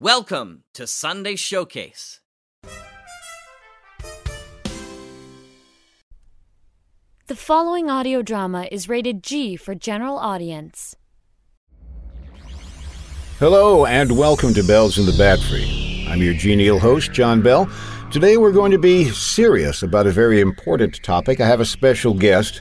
Welcome to Sunday Showcase. The following audio drama is rated G for general audience. Hello and welcome to Bells in the Bat Free. I'm your genial host, John Bell. Today we're going to be serious about a very important topic. I have a special guest,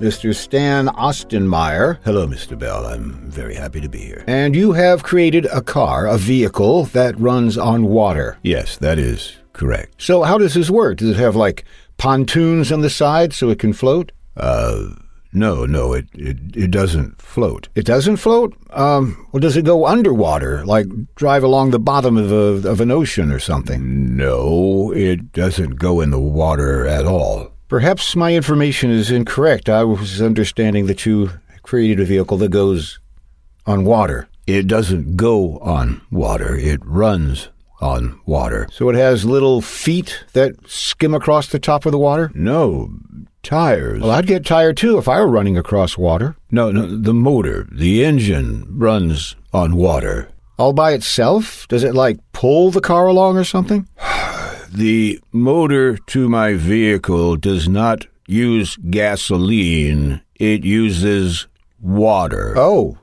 Mr. Stan Ostenmeyer. Hello, Mr. Bell. I'm very happy to be here. And you have created a car, a vehicle that runs on water. Yes, that is correct. So how does this work? Does it have like pontoons on the side so it can float? Uh, no, no, it, it, it doesn't float. It doesn't float? Um, well, does it go underwater, like drive along the bottom of, a, of an ocean or something? No, it doesn't go in the water at all. Perhaps my information is incorrect. I was understanding that you created a vehicle that goes on water. It doesn't go on water, it runs on water. So it has little feet that skim across the top of the water? No, tires. Well, I'd get tired too if I were running across water. No, no, the motor, the engine runs on water. All by itself? Does it like pull the car along or something? the motor to my vehicle does not use gasoline, it uses water. Oh.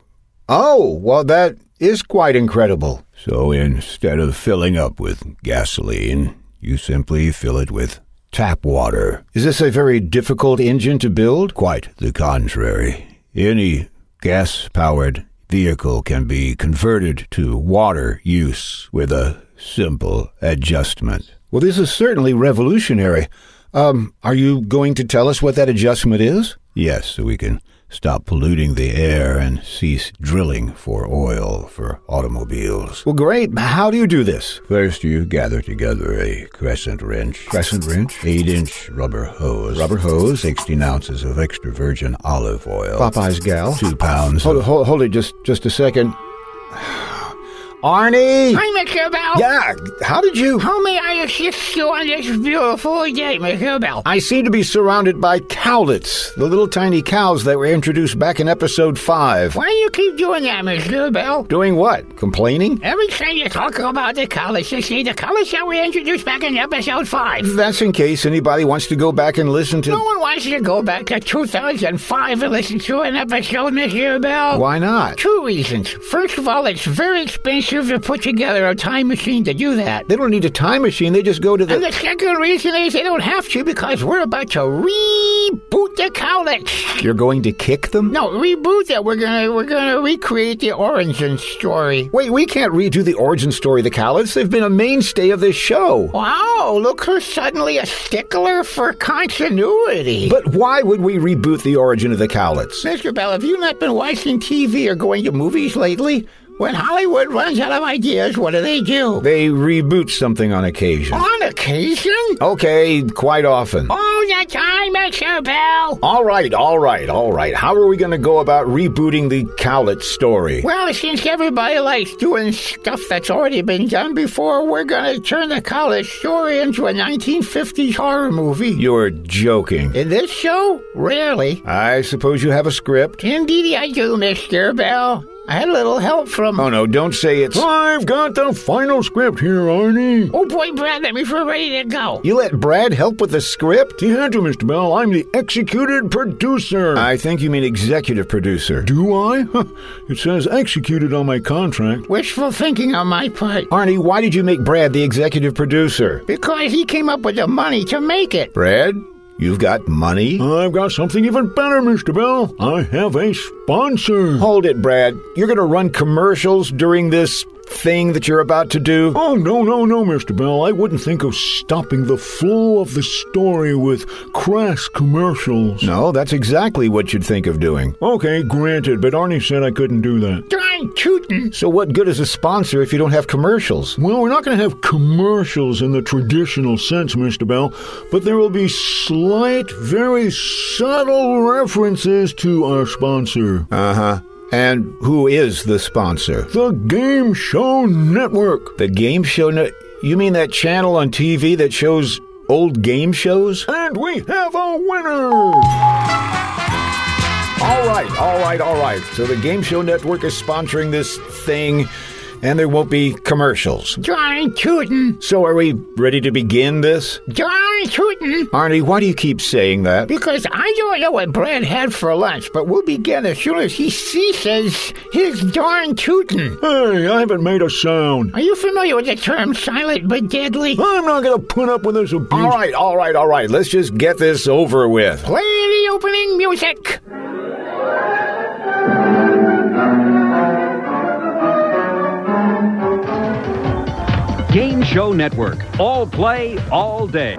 Oh, well, that is quite incredible. So instead of filling up with gasoline, you simply fill it with tap water. Is this a very difficult engine to build? Quite the contrary. Any gas powered vehicle can be converted to water use with a simple adjustment. Well, this is certainly revolutionary. Um, are you going to tell us what that adjustment is? Yes, so we can stop polluting the air and cease drilling for oil for automobiles. Well, great. How do you do this? First, you gather together a crescent wrench. Crescent wrench? Eight inch rubber hose. Rubber hose? 16 ounces of extra virgin olive oil. Popeye's gal. Two pounds. Hold, hold, hold it just, just a second. Arnie! Hi, Mr. Bell. Yeah, how did you? How Oh. may I assist you on this beautiful day, Mr. Bell? I seem to be surrounded by cowlets, the little tiny cows that were introduced back in episode 5. Why do you keep doing that, Mr. Bell? Doing what? Complaining? Every time you talk about the college, you see the college that we introduced back in episode 5. That's in case anybody wants to go back and listen to. No one wants you to go back to 2005 and listen to an episode, Mr. Bell. Why not? Two reasons. First of all, it's very expensive to put together a time machine to do that. They don't need a time machine, they just go to And the. the second reason is they don't have to because we're about to reboot the college. You're going to kick them? No, reboot that. We're gonna we're gonna recreate the origin story. Wait, we can't redo the origin story of the cowlets. They've been a mainstay of this show. Oh, Wow, look who's suddenly a stickler for continuity. But why would we reboot the origin of the cowlets? Mr. Bell, have you not been watching TV or going to movies lately? When Hollywood runs out of ideas, what do they do? They reboot something on occasion. On occasion? Okay, quite often. All the time, Mr. Bell. All right, all right, all right. How are we going to go about rebooting the cowlet story? Well, since everybody likes doing stuff that's already been done before, we're gonna turn the college story into a 1950s horror movie. You're joking. In this show? Rarely. I suppose you have a script? Indeed, I do, Mr. Bell. I had a little help from. Oh no, don't say it's. I've got the final script here, Arnie. Oh boy, Brad, let me feel ready to go. You let Brad help with the script? You had to, Mr. Bell. I'm the executed producer. I think you mean executive producer. Do I? it says executed on my contract. Wishful thinking on my part. Arnie, why did you make Brad the executive producer? Because he came up with the money to make it. Brad, you've got money? I've got something even better, Mr. Bell. I have a sponsor. Hold it, Brad. You're going to run commercials during this thing that you're about to do? Oh, no, no, no, Mr. Bell. I wouldn't think of stopping the flow of the story with crass commercials. No, that's exactly what you'd think of doing. Okay, granted, but Arnie said I couldn't do that. Darn tootin'. So, what good is a sponsor if you don't have commercials? Well, we're not going to have commercials in the traditional sense, Mr. Bell, but there will be slight, very subtle references to our sponsor, Uh huh. And who is the sponsor? the Game Show Network. The game show? No, you mean that channel on TV that shows old game shows? And we have a winner! All right, all right, all right. So, the Game Show Network is sponsoring this thing. and there won't be commercials. Darn tootin'. So, are we ready to begin this? Darn tootin'. Arnie, why do you keep saying that? Because I don't know what Brad had for lunch, but we'll begin as soon as he ceases his darn tootin'. Hey, I haven't made a sound. Are you familiar with the term silent but deadly? I'm not going to put up with this abuse. All right, all right, all right. Let's just get this over with. Play the opening music. Game Show Network. All play, all day.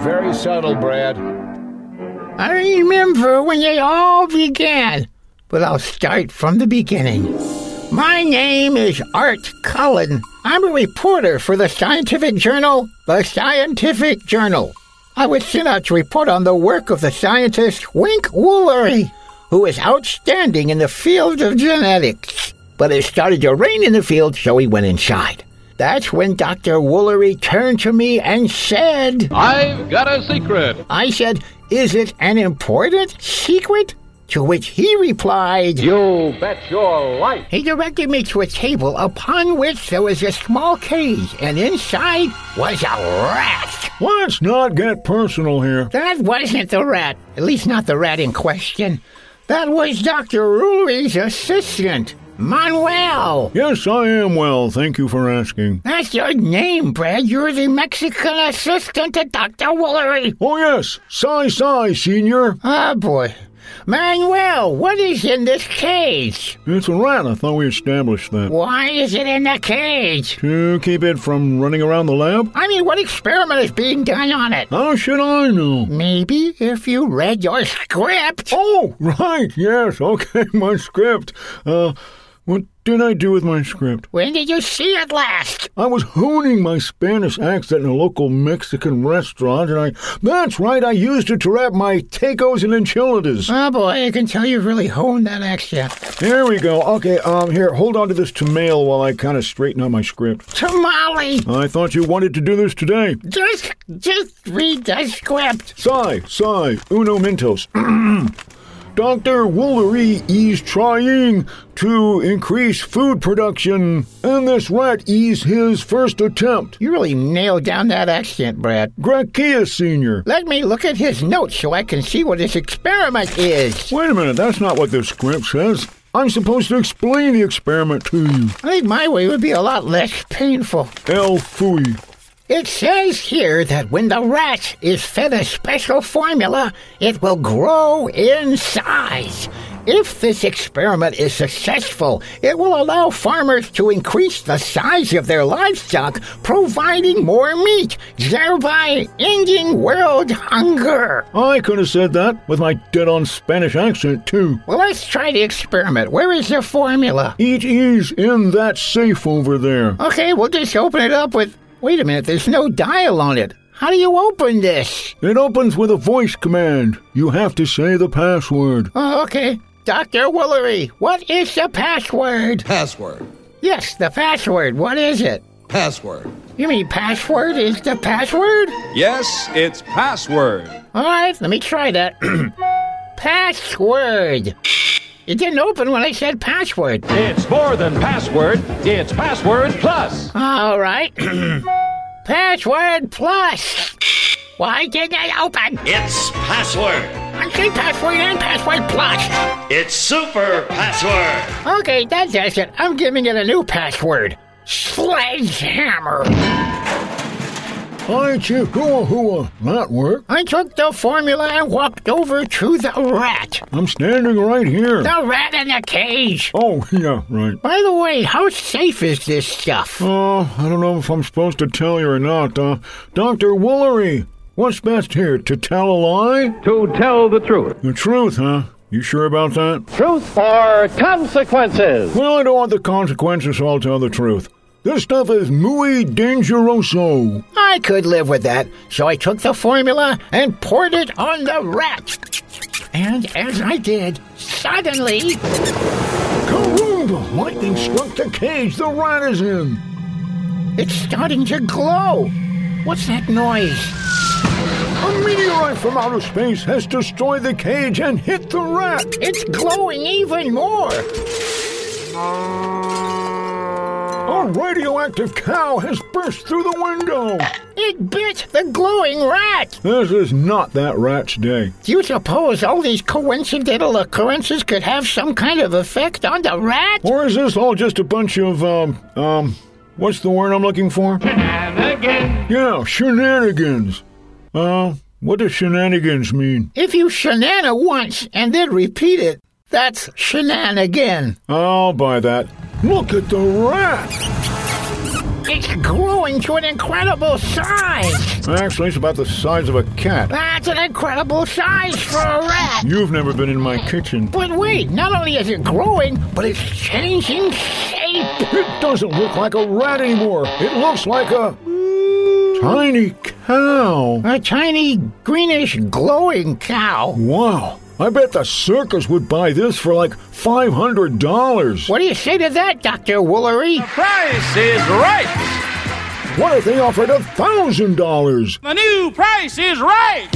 Very subtle, Brad. I remember when they all began, but I'll start from the beginning. My name is Art Cullen. I'm a reporter for the scientific journal, The Scientific Journal. I was sent out to report on the work of the scientist Wink Woolery, who is outstanding in the field of genetics. But it started to rain in the field, so he went inside. That's when Dr. Woolery turned to me and said, I've got a secret. I said, Is it an important secret? To which he replied, You bet your life. He directed me to a table upon which there was a small cage, and inside was a rat. Let's not get personal here. That wasn't the rat, at least not the rat in question. That was Dr. Rui's assistant, Manuel. Yes, I am well. Thank you for asking. That's your name, Brad. You're the Mexican assistant to Dr. Woolery. Oh, yes. Sigh, sigh, senior. Ah, boy. Manuel, what is in this cage? It's a rat. I thought we established that. Why is it in the cage? To keep it from running around the lab? I mean, what experiment is being done on it? How should I know? Maybe if you read your script. Oh, right. Yes. Okay, my script. Uh, what did I do with my script? When did you see it last? I was honing my Spanish accent in a local Mexican restaurant, and I. That's right, I used it to wrap my tacos and enchiladas. Oh boy, I can tell you've really honed that accent. There we go. Okay, um, here, hold on to this tomail while I kind of straighten out my script. Tamale! I thought you wanted to do this today. Just, just read the script. Sigh, sigh, uno mentos. Dr. Woolery is trying to increase food production, and this rat is his first attempt. You really nailed down that accent, Brad. Gracia Sr. Let me look at his notes so I can see what his experiment is. Wait a minute, that's not what the script says. I'm supposed to explain the experiment to you. I think my way would be a lot less painful. El Fui. It says here that when the rat is fed a special formula, it will grow in size. If this experiment is successful, it will allow farmers to increase the size of their livestock, providing more meat, thereby ending world hunger. I could have said that with my dead on Spanish accent, too. Well, let's try the experiment. Where is the formula? It is in that safe over there. Okay, we'll just open it up with. Wait a minute, there's no dial on it. How do you open this? It opens with a voice command. You have to say the password. Oh, okay. Dr. Woolery, what is the password? Password. Yes, the password. What is it? Password. You mean password is the password? Yes, it's password. All right, let me try that. password. It didn't open when I said password. It's more than password, it's password plus. All right. password plus. Why didn't it open? It's password. I say password and password plus. It's super password. Okay, that does it. I'm giving it a new password. Sledgehammer. I chew hua hua. That work. I took the formula and walked over to the rat. I'm standing right here. The rat in the cage. Oh, yeah, right. By the way, how safe is this stuff? Uh, I don't know if I'm supposed to tell you or not. Uh, Dr. Woolery, what's best here, to tell a lie? To tell the truth. The truth, huh? You sure about that? Truth or consequences? Well, I don't want the consequences, so I'll tell the truth. This stuff is muy dangeroso. I could live with that, so I took the formula and poured it on the rat. And as I did, suddenly, Karoomba! Lightning struck the cage the rat is in. it's starting to glow. What's that noise? A meteorite from outer space has destroyed the cage and hit the rat. It's glowing even more. A radioactive cow has burst through the window! It bit the glowing rat! This is not that rat's day. Do you suppose all these coincidental occurrences could have some kind of effect on the rat? Or is this all just a bunch of, um, um, what's the word I'm looking for? Again. Yeah, shenanigans. Uh, what does shenanigans mean? If you shenana once and then repeat it, that's shenanigan. I'll buy that. Look at the rat! It's growing to an incredible size. Actually, it's about the size of a cat. That's an incredible size for a rat. You've never been in my kitchen. But wait, not only is it growing, but it's changing shape. It doesn't look like a rat anymore. It looks like a tiny cow. A tiny, greenish, glowing cow. Wow. I bet the circus would buy this for like $500. What do you say to that, Dr. Woolery? Price is right. What if they offered $1,000? The new price is right.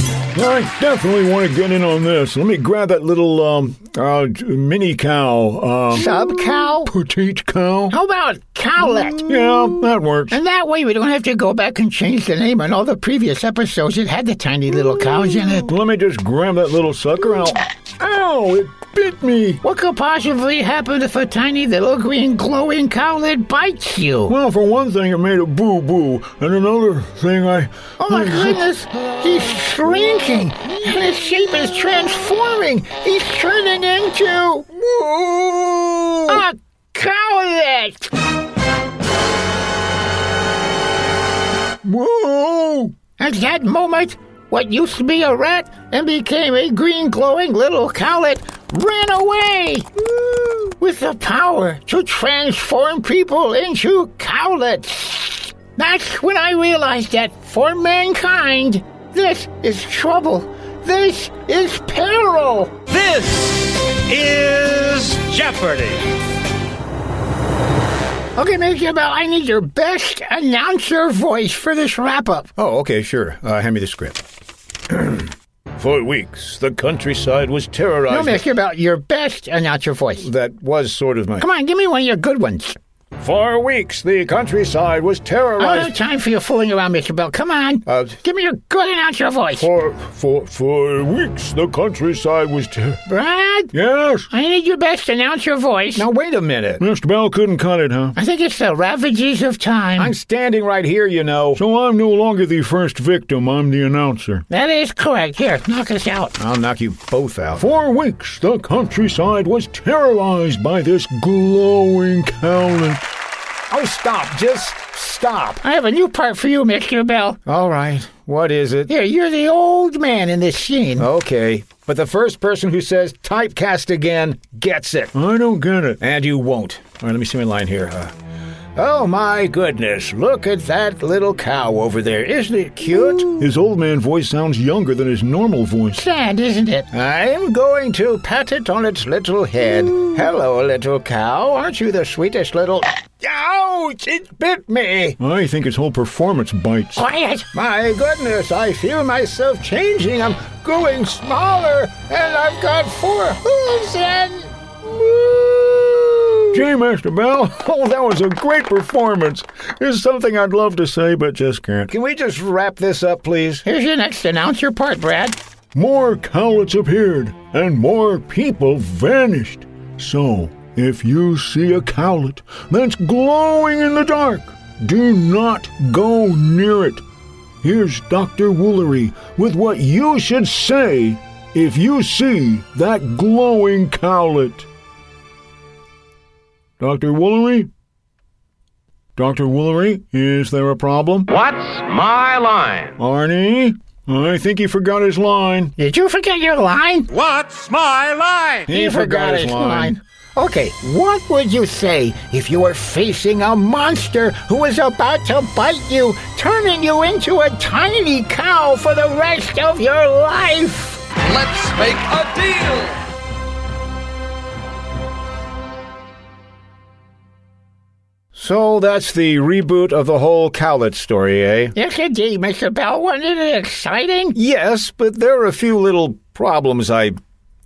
I definitely want to get in on this. Let me grab that little um, uh, mini cow, um, Sub cow? petite cow. How about cowlet? Yeah, that works. And that way we don't have to go back and change the name on all the previous episodes that had the tiny little cows in it. Let me just grab that little sucker. Ow! Ow! It bit me. What could possibly happen if a tiny little green glowing cowlet bites you? Well, for one thing, it made a boo boo, and another thing, I. Oh my Hmm. goodness, he's shrinking, and his shape is transforming. He's turning into a cowlet. Whoa! At that moment, what used to be a rat and became a green glowing little cowlet ran away with the power to transform people into cowlets. That's when I realized that for mankind, this is trouble. This is peril. This is Jeopardy. Okay, Major Bell, I need your best announcer voice for this wrap up. Oh, okay, sure. Uh, hand me the script. For weeks, the countryside was No, Oh, terrorized. Mr. Bell, your best announcer voice. that was sort of my. Come on, give me one of your good ones. For weeks, the countryside was I don't have terrorized. time for your fooling around, Mr. Bell. Come on. Oh. Uh, Give me your good announcer voice. For for for weeks, the countryside was ter- Brad, Yes, I need your best announcer voice. now, wait a minute. Mr. Bell couldn't cut it, huh? I think it's the ravages of time. I'm standing right here, you know. So I'm no longer the first victim. I'm the announcer. That is correct. Here, knock us out. I'll knock you both out. For weeks, the countryside was terrorized by this glowing cowlet. Oh, stop. Just stop. I have a new part for you, Mr. Bell. All right. What is it? Oh. Here, you're the old man in this scene. Okay. But the first person who says typecast again gets it. I don't get it. And you won't. All right, let me see my line here. Uh, oh, my goodness. Look at that little cow over there. Isn't it cute? His old man voice sounds younger than his normal voice. Sad, isn't it? Uh. I'm going to pat it on its little head. Hello, little cow. Aren't you the sweetest little. Ouch! It bit me! Oh, I think his whole performance bites. Quiet. My goodness, I feel myself changing. I'm growing smaller, and I've got four hooves and. Gee, Master Bell, oh, that was a great performance. It's something I'd love to say, but just can't. Can we just wrap this up, please? Here's your next announcer part, Brad. More cowlets appeared, and more people vanished. So, if you see a cowlet that's glowing in the dark, do not go near it. Here's Dr. Woolery with what you should say if you see that glowing cowlet. Dr. Woolery? Dr. Woolery, is there a problem? What's my line? Arnie? I think he forgot his line. Did you forget your line? What's my line? He, Okay, what would you say if you were facing a monster who was about to bite you, turning you into a tiny cow for the rest of your life? Let's make a deal. So that's the reboot of the whole cowlet story, eh? Yes, indeed, Mr. Bell. Wasn't it exciting? Yes, but there are a few little problems I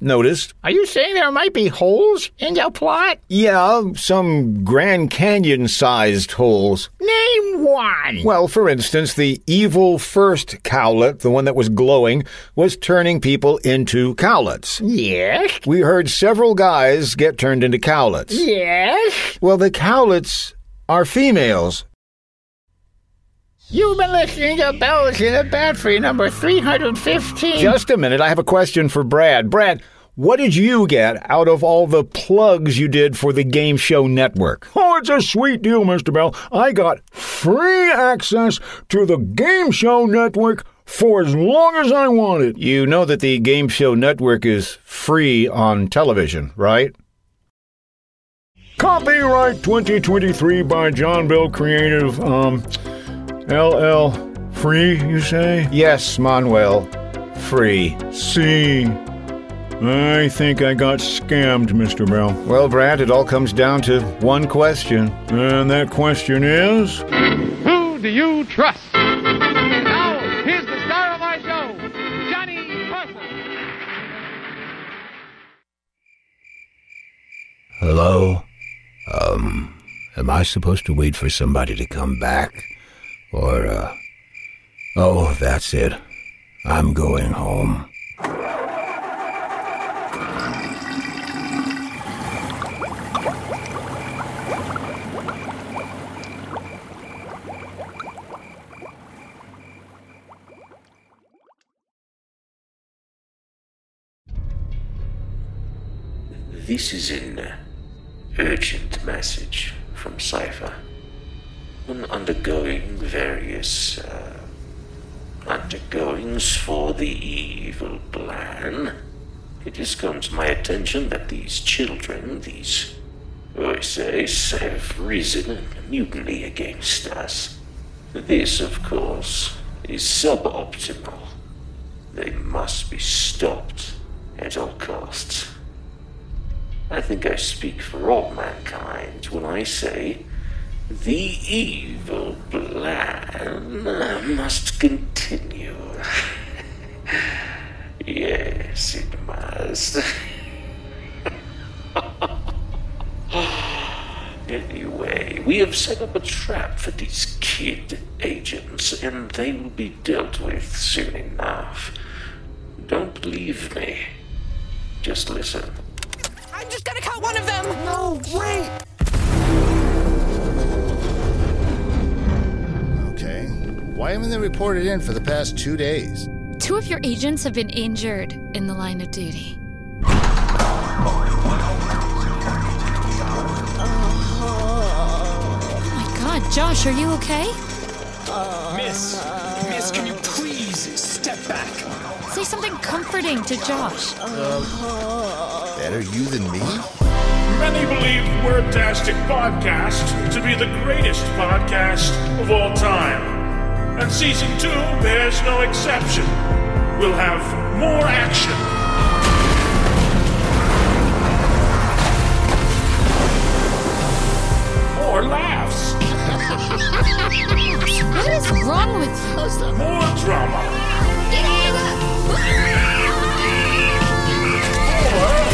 noticed. Are you saying there might be holes in your plot? Yeah, some Grand Canyon sized holes. Name one. Well, for instance, the evil first cowlet, the one that was glowing, was turning people into cowlets. Yes. We heard several guys get turned into cowlets. Yes. Well, the cowlets are females. You've been listening to Bells in a Battery number 315. Just a minute, I have a question for Brad. Brad, what did you get out of all the plugs you did for the Game Show Network? Oh, it's a sweet deal, Mr. Bell. I got free access to the Game Show Network for as long as I wanted. You know that the Game Show Network is free on television, right? Copyright 2023 by John Bell Creative. Um, LL Free, you say? Yes, Manuel. Free. See. I think I got scammed, Mr. Bell. Well, Brad, it all comes down to one question. And that question is Who do you trust? Now, here's the star of our show, Johnny Carson. Hello? Um, am I supposed to wait for somebody to come back? Or, uh, oh, that's it. I'm going home. This is an urgent message from Cypher undergoing various uh, undergoings for the evil plan, it has come to my attention that these children, these voices, have risen in mutiny against us. This, of course, is suboptimal. They must be stopped at all costs. I think I speak for all mankind when I say the evil plan must continue. yes, it must. anyway, we have set up a trap for these kid agents, and they will be dealt with soon enough. Don't believe me. Just listen. I'm just gonna cut one of them! No, wait! Okay. Why haven't they reported in for the past two days? Two of your agents have been injured in the line of duty. Oh my god, Josh, are you okay? Miss, Miss, can you please step back? Say something comforting to Josh. Uh, better you than me? Many believe Wordtastic Podcast to be the greatest podcast of all time. And season two bears no exception. We'll have more action. More laughs. what is wrong with you? More drama. Get out of More.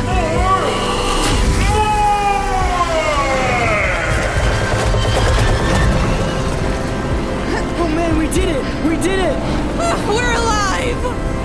More. Oh man, we did it! We did it! Oh, we're alive!